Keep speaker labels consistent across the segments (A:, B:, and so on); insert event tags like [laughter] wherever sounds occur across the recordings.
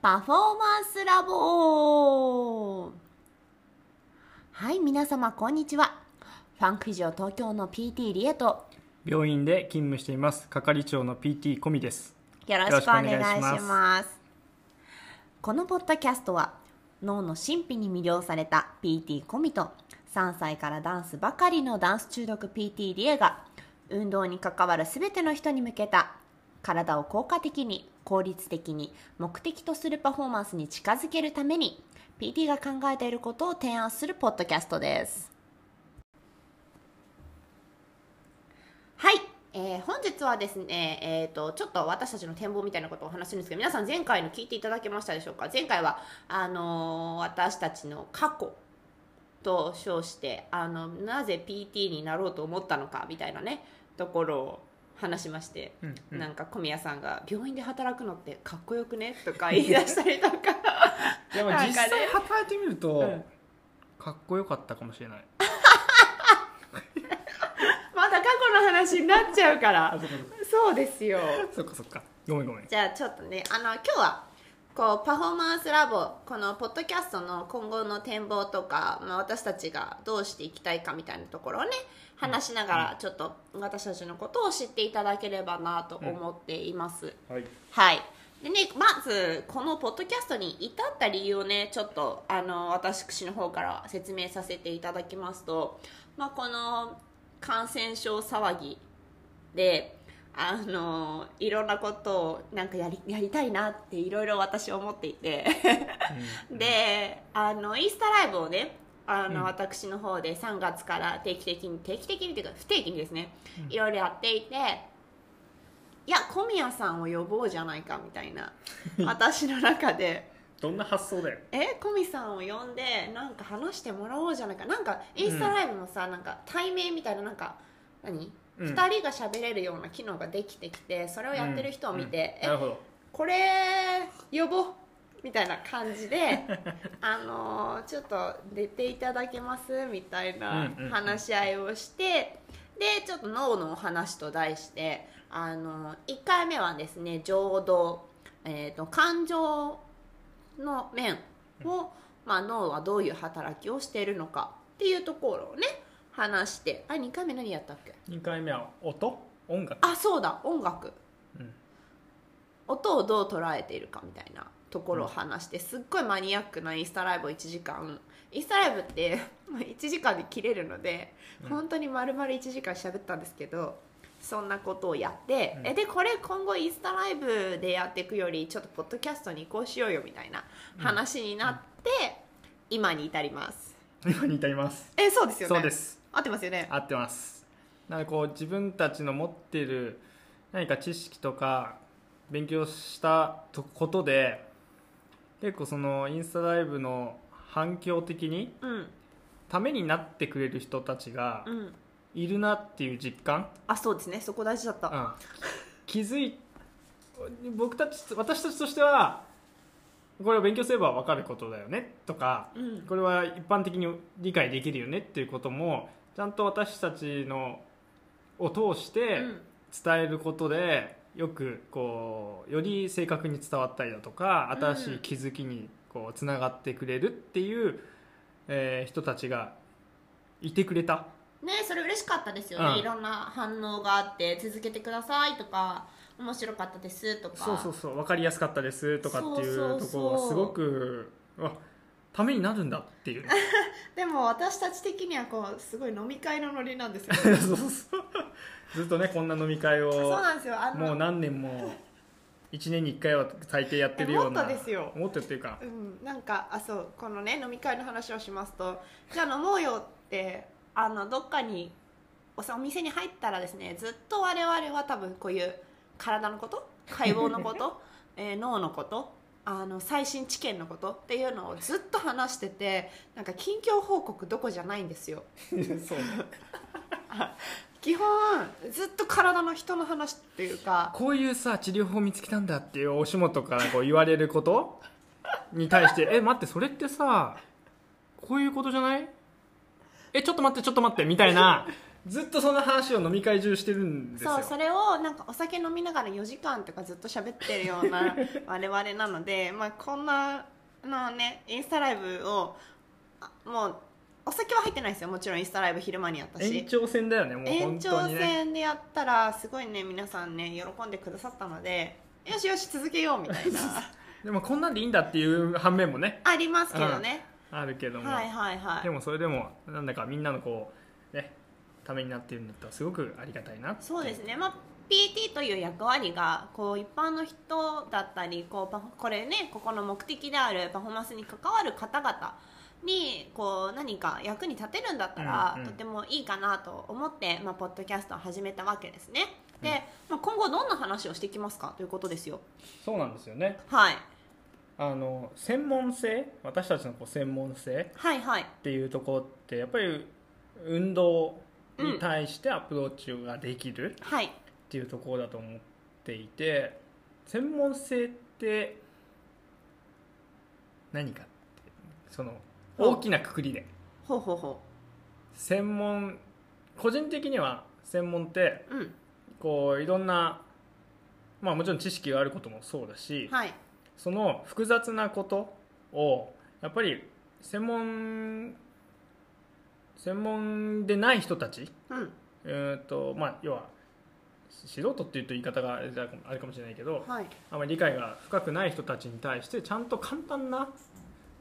A: パフォーマンスラボはい、皆様こんにちは。ファンク以上東京の PT リエと
B: 病院で勤務しています係長の PT 込みです
A: よろしくお願いします。このポッドキャストは脳の神秘に魅了された PT コミと3歳からダンスばかりのダンス中毒 PT リエが運動に関わる全ての人に向けた体を効果的に効率的に目的とするパフォーマンスに近づけるために PT が考えていることを提案するポッドキャストです。はい、えー本日はですね、えー、とちょっと私たちの展望みたいなことをお話しするんですけど皆さん前回の聞いていただけましたでしょうか前回はあのー私たちの過去と称してあのなぜ PT になろうと思ったのかみたいなねところを話しまして、
B: うんうん
A: なんか小宮さんが「病院で働くのってかっこよくね」とか言い出したりとか
B: でも
A: なんかね
B: 実際働いてみると、
A: うん
B: かっこよかったかもしれない
A: [laughs] また過去の話になっちゃうから
B: そっか
A: そうですよ
B: そっかそっかごめんごめん
A: じゃあちょっとねあの今日はこうパフォーマンスラボこのポッドキャストの今後の展望とか、まあ、私たちがどうしていきたいかみたいなところをね話しながらちょっと私たちのことを知っていただければなと思っています、
B: はい
A: はいでねまずこのポッドキャストに至った理由をねちょっとあの私の方から説明させていただきますと、まあ、この感染症騒ぎであのいろんなことをなんかやりやりたいなっていろいろ私思っていてであのインスタライブをねあの、
B: うん
A: 私の方で3月から定期的に定期的にというか不定期にですね
B: うん
A: いろいろやっていていや小宮さんを呼ぼうじゃないかみたい
B: [laughs]
A: な私の中で。
B: どんな発想だよ
A: えコミさんを呼んでなんか話してもらおうじゃないかなんかインスタライブもさ、なんか対面みたいななんか何、
B: うん
A: 2人が喋れるような機能ができてきてそれをやってる人を見て、
B: うんうんなる
A: え
B: ほど
A: これ呼ぼうみたいな感じ
B: [laughs]
A: であのーちょっと出ていただけますみたいな
B: うんうんうん
A: 話し合いをして、でちょっと脳のお話と題して、あのー、1回目はですね情動、えー、と感情の面を、まあ、脳はどういう働きをしているのかっていうところをね話してあ2回目何やったっけ
B: 2回目は音音楽、
A: あそうだ音楽
B: うん
A: 音をどう捉えているかみたいなところを話して、すっごいマニアックなインスタライブを1時間インスタライブって [laughs] まあ1時間で切れるので、
B: うん
A: 本当に丸々1時間喋ったんですけどそんなことをやって、
B: うん
A: えでこれ今後インスタライブでやっていくよりちょっとポッドキャストに移行しようよみたいな話になって、今に至ります
B: 今に至ります
A: えそうですよね
B: そうです
A: 合ってますよね
B: 合ってますなんかこう自分たちの持っている何か知識とか勉強したとことで結構そのインスタライブの反響的に
A: うん
B: ためになってくれる人たちが
A: うん
B: いるなっていう実感、
A: あそうですねそこ大事だった、
B: うん気づい僕たち私たちとしてはこれを勉強すれば分かることだよねとか
A: うん
B: これは一般的に理解できるよねっていうこともちゃんと私たちのを通して
A: うん
B: 伝えることで、よくこうより正確に伝わったりだとか新しい気づきにこうつながってくれるっていう、えー人たちがいてくれた、
A: ねそれ嬉しかったですよね、
B: うん
A: いろんな反応があって続けてくださいとか面白かったですとか
B: そうそうそう分かりやすかったですとかってい
A: そうそう
B: うとこ
A: そう
B: ろはすごくあためになるんだって
A: [laughs]
B: いう
A: でも私たち的にはこうすごい飲み会のノリなんですよ
B: [laughs] そうそうそうずっとねこんな飲み会
A: そう
B: を
A: なんですよあの
B: もう何年も1年に1回は大抵やってるような
A: えもっとですよ
B: もっとっていうか
A: うん、なんかあそうこのね飲み会の話をしますとじゃあ飲もうよってあのどっかにおさお店に入ったらですねずっと我々は多分こういう体のこと解剖のこと、 [laughs] えー脳のことあの最新知見のことっていうのをずっと話しててなんか近況報告どこじゃないんですよ
B: [laughs] そう
A: 基本ずっと体の人の話っていうか
B: こういうさ治療法見つけたんだっていうお仕事からこう言われることに対してえ待ってそれってさこういうことじゃないえちょっと待ってちょっと待ってみたいなずっとその話を飲み会中してるんですよ
A: そうそれをなんかお酒飲みながら4時間とかずっと喋ってるよう
B: [laughs]
A: な我々なので、まあ、こんなのねインスタライブをあもうお酒は入ってないですよもちろんインスタライブ昼間にやった
B: 延
A: し
B: 長戦だよねもう
A: 延
B: 本当
A: 長
B: にね
A: 戦でやったらすごいね皆さんね喜んでくださったのでよしよし続けようみたいな
B: [laughs] でもこんなんでいいんだっていう反面もね
A: ありますけどね、
B: あるけども、
A: はいはいはい
B: でもそれでもなんだかみんなのこうねためになってるんだったらすごくありがたいなって
A: そうですね、まあ、PT という役割がこう一般の人だったりこうパフこれねここの目的であるパフォーマンスに関わる方々にこう何か役に立てるんだったら、
B: うんうん
A: とてもいいかなと思って、まあ、ポッドキャストを始めたわけですね。で、まあ、今後どんな話をしていきますかということですよ。
B: そうなんですよね
A: はい、
B: あの専門性私たちのこう専門性
A: はい、はい
B: っていうところってやっぱり運動に対してアプローチができる
A: はい
B: っていうところだと思っていて専門性って何かってその大きなくくりで
A: ほうほうほ
B: 専門個人的には専門って
A: う。うん、
B: こういろんなまあもちろん知識があることもそうだし、
A: はい、
B: その複雑なことをやっぱり専門専門でない人たち
A: うん、
B: えーとまあ、要は素人っていうと言い方があれだあれかもしれないけど
A: はい、
B: あまり理解が深くない人たちに対してちゃんと簡単な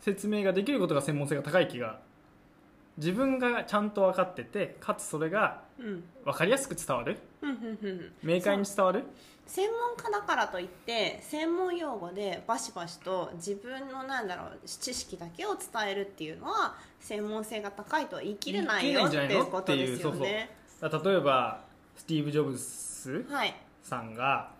B: 説明ができることが専門性が高い気が自分がちゃんと分かっててかつそれが
A: うん、
B: 分かりやすく伝わる
A: うん、うん、うん。
B: 明快に伝わる
A: 専門家だからといって専門用語でバシバシと自分のなんだろう知識だけを伝えるっていうのは専門性が高いとは言い切れないよ
B: 言い
A: って
B: 切れないんじゃない
A: い
B: の
A: うことですよ
B: ってい
A: ね。
B: だから例えばスティーブ・ジョブズ
A: はい。
B: さんが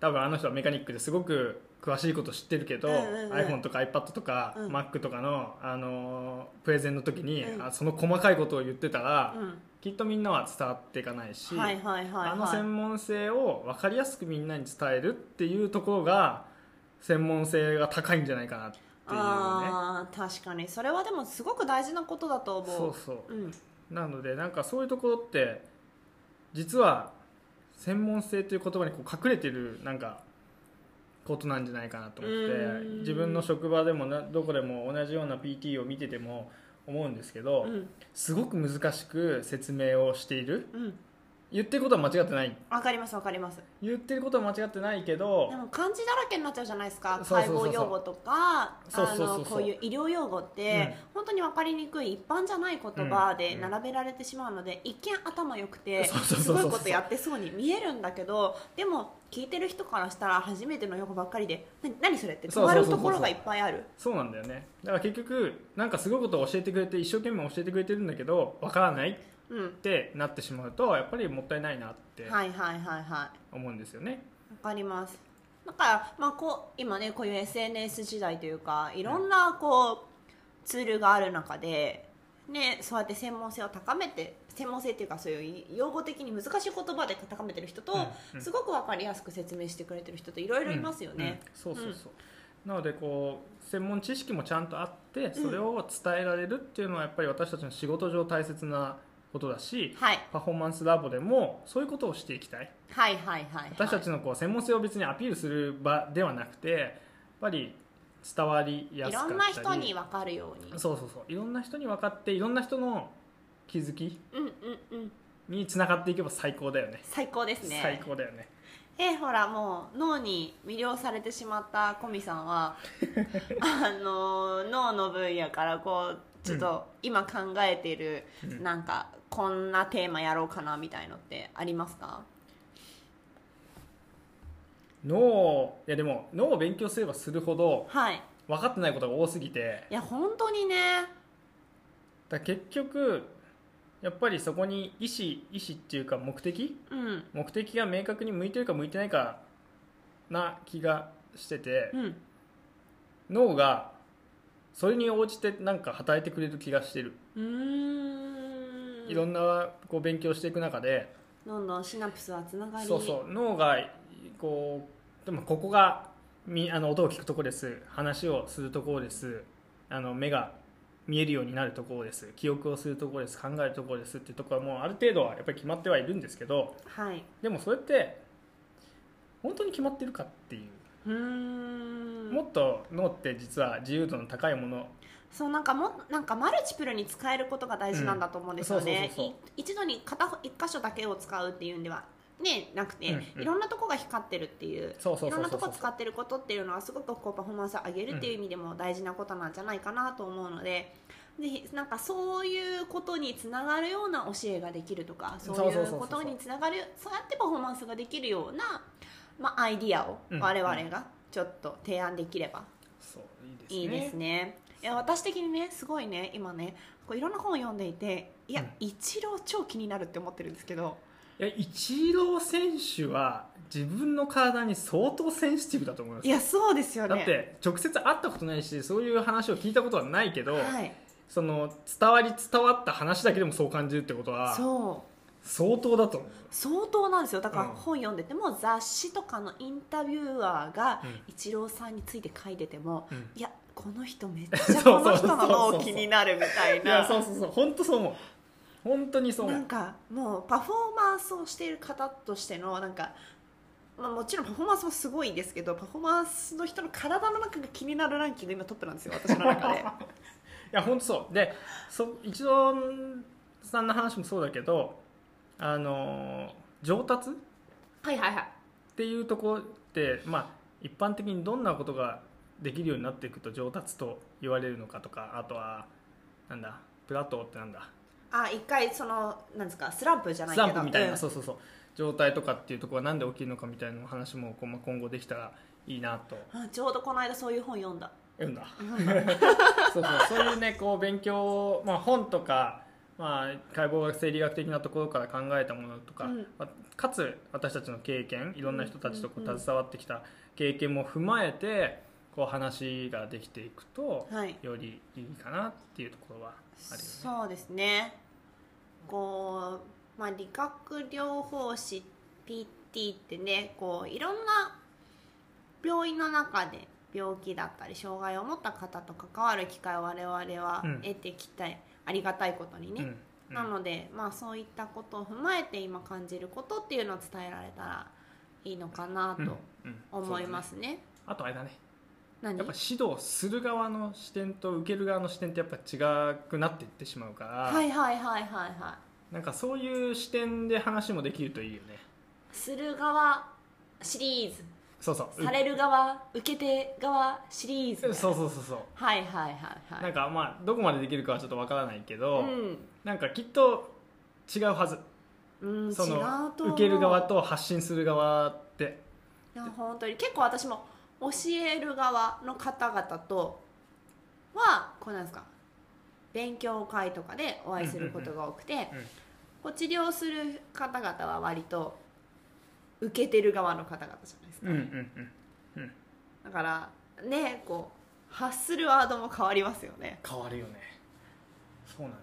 B: 多分あの人はメカニックですごく詳しいこと知ってるけど、
A: うんうんうん
B: iPhone とか iPad とか、
A: うん
B: Mac とかの、あのープレゼンの時に、
A: うん
B: あその細かいことを言ってたら、
A: う
B: きっとみんなは伝わっていかないし、
A: ん。はいはいはい、はい。
B: あの専門性を分かりやすくみんなに伝えるっていうところが専門性が高いんじゃないかなっていうね
A: あー確かにそれはでもすごく大事なことだと思う。
B: そうそう
A: うん。
B: なのでなんかそういうところって実は専門性という言葉にこう隠れてるなんかことなんじゃないかなと思っ
A: う
B: て
A: ーん
B: 自分の職場でもなどこでも同じような PT を見てても思うんですけど、
A: うん
B: すごく難しく説明をしている
A: うん。
B: 言ってることは間違ってない
A: わかりますわかります。
B: 言ってることは間違ってないけど
A: でも漢字だらけになっちゃうじゃないですか
B: そう
A: 解
B: そうそうそう
A: 剖用語とか
B: そうそうそうそう
A: あのこういう医療用語って、本当に分かりにくい一般じゃない言葉で
B: うん
A: 並べられてしまうので、一見頭良くて
B: そうそう
A: す
B: そうそう
A: ごいことやってそうに見えるんだけどでも聞いてる人からしたら初めての用語ばっかりでな何それって止まるところがいっぱいある
B: そうなんだよねだから結局なんかすごいことを教えてくれて一生懸命教えてくれてるんだけどわからない
A: うん
B: ってなってしまうとやっぱりもったいないなって
A: はいはいはいはい
B: 思うんですよね。
A: わかりますだから、まあ、こう今ねこういう SNS 時代というかいろんなこう、ツールがある中で、ね、そうやって専門性を高めて専門性っていうかそういう用語的に難しい言葉で高めてる人と、
B: うんうん
A: すごく分かりやすく説明してくれてる人といろいろいますよね。
B: うんうんそうそうそう、なのでこう専門知識もちゃんとあってそれを伝えられるっていうのはやっぱり私たちの仕事上大切なことだし
A: はい、
B: パフォーマンスラボでもそういうことをしていきたい
A: はいはいはいはい
B: 私たちのこう専門性を別にアピールする場ではなくてやっぱり伝わりや
A: い
B: すかっ
A: ろ
B: たり
A: んな人に分かるように
B: そうそうそういろんな人に分かっていろんな人の気づき
A: うんうんうん
B: につながっていけば最高だよね
A: 最高ですね
B: 最高だよね
A: えーほらもう脳に魅了されてしまったコミさん
B: [laughs]
A: はあのー脳の分野からこうちょっと今考えてる、
B: うん
A: なんかこんなテーマやろうかなみたいのってありますか
B: 脳いやでも脳を勉強すればするほど
A: はい
B: 分かってないことが多すぎて
A: いや本当にね
B: だから結局やっぱりそこに意思意思っていうか目的
A: うん
B: 目的が明確に向いてるか向いてないかな気がしてて、
A: うん
B: 脳がそれに応じてなんか働いてくれる気がしてる、
A: うーん
B: いろんなこう勉強していく中で、
A: どんどんシナプスはつながり
B: そうそう脳がこうでもここがみあの音を聞くとこです話をするところですあの目が見えるようになるところです記憶をするところです考えるところですっていうところはもうある程度はやっぱり決まってはいるんですけど
A: はい
B: でもそれって本当に決まってるかっていう
A: うーん
B: もっと脳って実は自由度の高いもの
A: そうなんかもなんかマルチプルに使えることが大事なんだと思うんですよね、
B: うんそうそうそう
A: い一度に片方一箇所だけを使うっていうんではねなくて、
B: うんうん
A: いろんなとこが光ってるっていう
B: そうそう
A: い
B: そ
A: ろ
B: うん
A: な
B: そう
A: と
B: そう
A: こ使ってることっていうのはすごくこうパフォーマンスを上げるっていう意味でも大事なことなんじゃないかなと思うので、ぜひなんかそういうことにつながるような教えができるとか
B: そう
A: そうい
B: そううそうそう
A: ことにつながるそうやってパフォーマンスができるような、まあ、アイディアを
B: うん
A: 我々がちょっと提案できれば
B: そう
A: い
B: い
A: い
B: い
A: で
B: ですすね
A: ね。いや私的にねすごいね今ねこういろんな本を読んでいていや、
B: うん
A: 一郎超気になるって思ってるんですけど
B: いやイチロー選手は自分の体に相当センシティブだと思います
A: いやそうですよね
B: だって直接会ったことないしそういう話を聞いたことはないけど、
A: はい
B: その伝わり伝わった話だけでもそう感じるってことは
A: そう
B: 相当だと思う
A: 相当なんですよだから
B: うん
A: 本読んでても、雑誌とかのインタビュアーが
B: うん
A: 一郎さんについて書いてても、
B: うん
A: いやこの人めっち
B: [laughs]
A: ゃこの人の
B: そうそうそうそ
A: 脳
B: う
A: 気になるみたい
B: い
A: な
B: やそうそうそう本当そう思う本当にそう思
A: な
B: うん
A: かもうパフォーマンスをしている方としてのなんか、まあ、もちろんパフォーマンスもすごいですけどパフォーマンスの人の体の中が気になるランキング今トップなんですよ私の
B: [laughs]
A: 中で
B: いや本当そうでそ一郎さんの話もそうだけどあのー上達っ
A: はいはいはい
B: ていうところって、まあ、一般的にどんなことができるようになっていくと上達と言われるのかとかあとはなんだプラトーってなんだ
A: あ一回そのなんですかスランプじゃないけ
B: ス
A: ど
B: ランプみたいな、
A: うん
B: そうそうそう状態とかっていうところはなんで起きるのかみたいな話もこうまあ今後できたらいいなと
A: あちょうどこの間そういう本読んだ [laughs]
B: 読んだ
A: 読んだ
B: そうそうそういうねこう勉強を、まあ、本とか、まあ、解剖学生理学的なところから考えたものとか、
A: うん
B: まあかつ私たちの経験いろんな人たちとこ
A: うん
B: う
A: うんうん
B: 携わってきた経験も踏まえてこう話ができていくと、
A: はい
B: よりいいかなっていうところはあるよね。
A: そうですねこう、まあ、理学療法士 PT ってねこういろんな病院の中で病気だったり障害を持った方と関わる機会を我々は
B: うん
A: 得てきたい、ありがたいことにね、
B: うん
A: なので、まあ、そういったことを踏まえて今感じることっていうのを伝えられたらいいのかな
B: うん
A: と
B: うん
A: 思いま
B: そう
A: すね。
B: だねあとあれだね
A: 何
B: やっぱ指導する側の視点と受ける側の視点ってやっぱ違くなっていってしまうから、
A: はいはいはいはいはい。
B: なんかそういう視点で話もできるといいよね
A: する側シリーズ
B: そうそう
A: される側受け手側シリー
B: そう
A: ズ
B: そうそうそう
A: はいはいはいは
B: ないんかまあどこまでできるかはちょっとわからないけど、
A: うん
B: なんかきっと違うはず
A: うん、
B: そ
A: 違う
B: の
A: と思う
B: 受ける側と発信する側って
A: いや本当に結構私も教える側の方々とはこうなんですか勉強会とかでお会いすることが多くて、
B: うんうんうん
A: こう治療する方々は割と受けてる側の方々じゃないですか、
B: うんうんうんうん
A: だからねこう発するワードも変わりますよね
B: 変わるよねそうなんだよ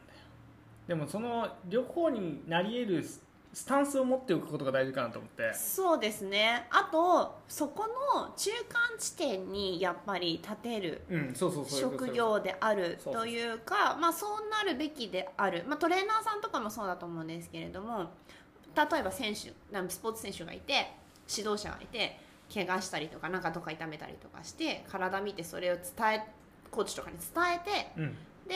B: でもその両方になり得るススタンスを持っておくことが大事かなと思って
A: そうですねあとそこの中間地点にやっぱり立てる
B: うんそうそうそういうこと
A: 職業である
B: そうそう
A: というかまあ、そうなるべきである、まあ、トレーナーさんとかもそうだと思うんですけれども例えば選手なんスポーツ選手がいて指導者がいて怪我したりとかなんかどっか痛めたりとかして体見てそれを伝えコーチとかに伝えて
B: うん
A: で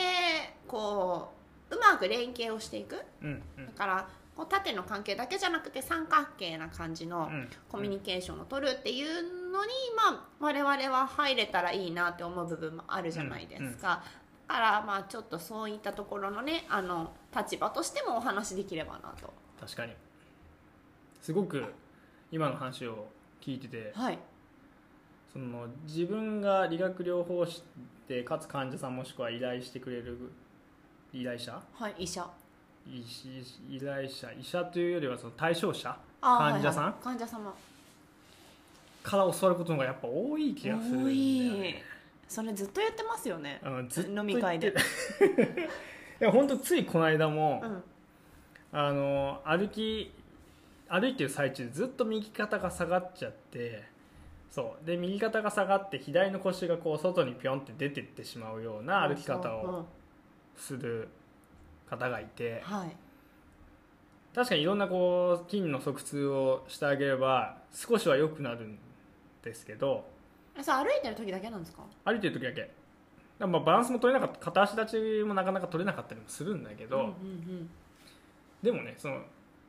A: こううまく連携をしていく
B: うんう
A: だ
B: ん
A: からこう縦の関係だけじゃなくて三角形な感じの、
B: うん
A: コミュニケーションを取るっていうのに、まあ、我々は入れたらいいなって思う部分もあるじゃないですか、だからまあちょっとそういったところのねあの立場としてもお話できればなと
B: 確かにすごく今の話を聞いてて
A: はい
B: その自分が理学療法士でかつ患者さんもしくは依頼してくれる依頼者
A: はい医者
B: 医師依頼者医者というよりはその対象者
A: あ
B: 患者さん
A: はいはい患者様
B: から教わることの方がやっぱ多い気がするんだ
A: 多
B: よ
A: い
B: ね
A: それずっと言ってますよね
B: うんずっと言って
A: 飲み
B: [laughs]
A: 会で
B: いや本当ついこの間も、
A: うん
B: あの歩き歩いてる最中ずっと右肩が下がっちゃってそうで右肩が下がって左の腰がこう外にピョンって出てってしまうような歩き方をする方がいて
A: はい
B: 確かにいろんなこう筋の側痛をしてあげれば少しは良くなるんですけど
A: えそれ歩いてる時だけなんですか
B: 歩いてる時だけだからまあバランスも取れなかった片足立ちもなかなか取れなかったりもするんだけど、
A: うんうん
B: でもねその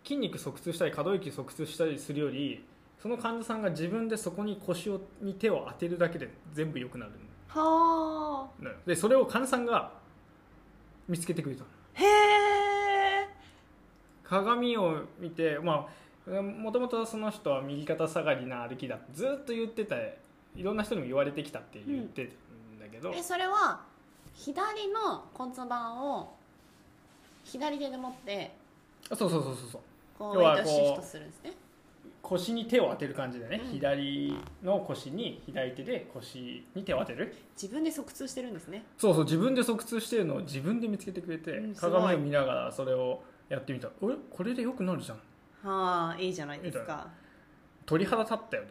B: 筋肉側痛したり可動域側痛したりするよりその患者さんが自分でそこに腰をに手を当てるだけで全部良くなる
A: うん、はあ
B: のよでそれを患者さんが見つけてくれたの
A: へえ
B: 鏡を見てまあもともとその人は右肩下がりな歩きだってずっと言ってたいろんな人にも言われてきたって言ってたんだけど、
A: えそれは左の骨盤を左手で持って
B: あそうそうそうそうそう
A: こう
B: 要
A: ウェ
B: は
A: イトをシフ
B: こ
A: ト
B: う
A: するんですね
B: 腰に手を当てる感じでね、
A: うん
B: 左の腰に左手で腰に手を当てる
A: 自分で側痛してるんですね
B: そうそう自分で即痛してるのを自分で見つけてくれて、
A: うんすごい
B: 鏡を見ながらそれをやってみた俺これでよくなるじゃん
A: はあいいじゃないですか
B: 鳥肌立ったよ
A: [laughs]
B: ね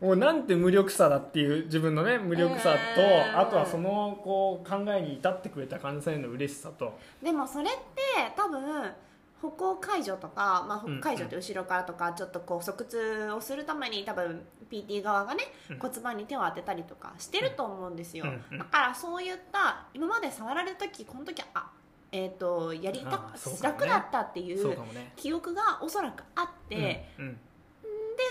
B: もうなんて無力さだっていう自分のね無力さと、
A: うん
B: あとはそのこう考えに至ってくれた患者さんへの嬉しさと
A: でもそれって多分歩行解除とか、まあ、
B: うん
A: 歩解除って後ろからとか、ちょっとこう側痛をするために多分 PT 側がね、
B: うん
A: 骨盤に手を当てたりとかしてると思うんですよ、
B: うんうん
A: だからそういった今まで触られる時この時あえっ、とやりた
B: あーそうかもね
A: 楽だったってい
B: そう
A: う
B: かもね
A: 記憶がおそらくあって、で
B: うんうん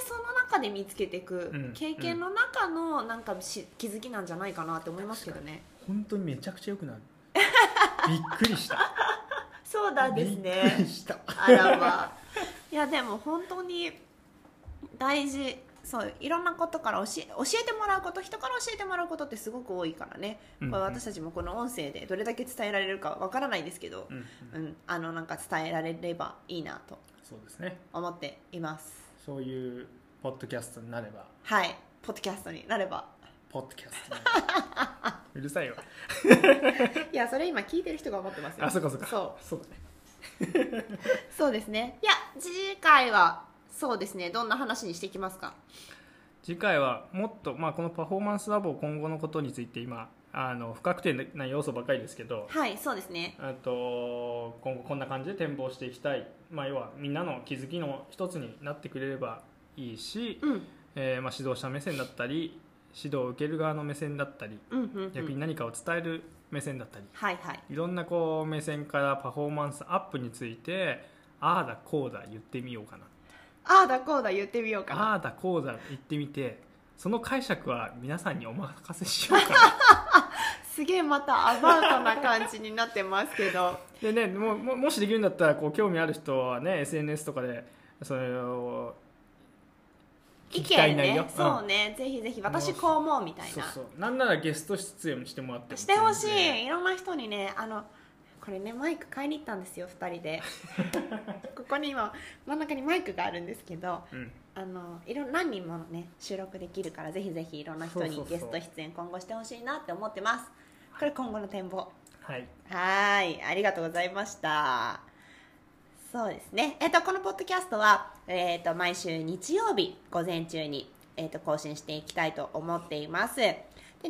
A: その中で見つけていく、
B: うん
A: 経験の中のなんかし気づきなんじゃないかなって思いますけどね
B: 本当にめちゃくちゃよくな
A: [laughs]
B: るびっくりした
A: そうだです
B: びっく
A: ね
B: りした
A: あらまいやでも本当に大事そういろんなことから教え教えてもらうこと人から教えてもらうことってすごく多いからね、
B: うん
A: これ私たちもこの音声でどれだけ伝えられるかわからないですけど
B: う、んうん
A: うんあのなんか伝えられればいいなと
B: そうですね
A: 思っています
B: そういうポッドキャストになれば
A: はいポッドキャストになれば
B: ポッドキャストになれば
A: [laughs]
B: うるさいよ
A: いやそれ今聞いてる人が思ってますよ
B: あそうかそうか
A: そう
B: そうだね
A: そうですねいや次回はそうですねどんな話にしていきますか
B: 次回はもっと、まあ、このパフォーマンスラボ今後のことについて今あの不確定な要素ばかりですけど
A: はいそうですね
B: あと今後こんな感じで展望していきたい、まあ、要はみんなの気づきの一つになってくれればいいし、
A: うん
B: えーまあ、指導者目線だったり指導を受ける側の目線だったり
A: うんうん、う
B: 逆に
A: ん、
B: 何かを伝える目線だったり、
A: はいはい
B: いろんなこう目線からパフォーマンスアップについてああだこうだ言ってみようかな
A: ああだこうだ言ってみようかな
B: ああだこうだ言ってみてその解釈は皆さんにお任せしようかな
A: [laughs] すげえまたアバウトな感じになってますけど
B: でねもうももしできるんだったらこう興味ある人はね SNS とかでそれを
A: 意
B: [laughs] 聞きたい
A: 見
B: 内容
A: ねそうね、ぜひぜひ私こう思うみたいな
B: そうそうなんならゲスト出演もしてもらっても
A: してほし
B: 全然
A: いいろんな人にねあのこれねマイク買いに行ったんですよ2人
B: [laughs]
A: でここに今真ん中にマイクがあるんですけど
B: うん、
A: あのいろん何人もね収録できるからぜひぜひいろんな人
B: そう
A: に
B: そうそう
A: ゲスト出演今後してほしいなって思ってますこれ今後の展望
B: はい
A: はーい、ありがとうございました。そうですね。えっ、と、このポッドキャストは、えっ、と、毎週日曜日午前中に、えっ、と、更新していきたいと思っています。で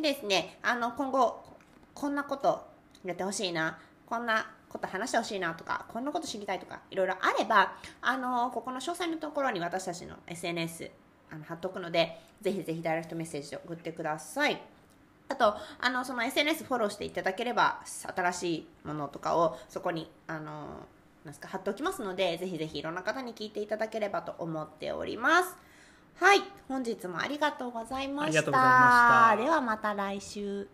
A: ですね、あの、今後、こんなことやってほしいな、こんなこと話してほしいなとか、こんなこと知りたいとか、いろいろあれば、あの、ここの詳細のところに私たちの SNS、あの、貼っとくので、ぜひぜひダイレクトメッセージを送ってください。あと、あの、その SNS フォローしていただければ、新しいものとかをそこに、あの、なんすか、貼っておきますので、ぜひぜひいろんな方に聞いていただければと思っております。はい。本日もありがとうございました。
B: ありがとうございました
A: ではまた来週。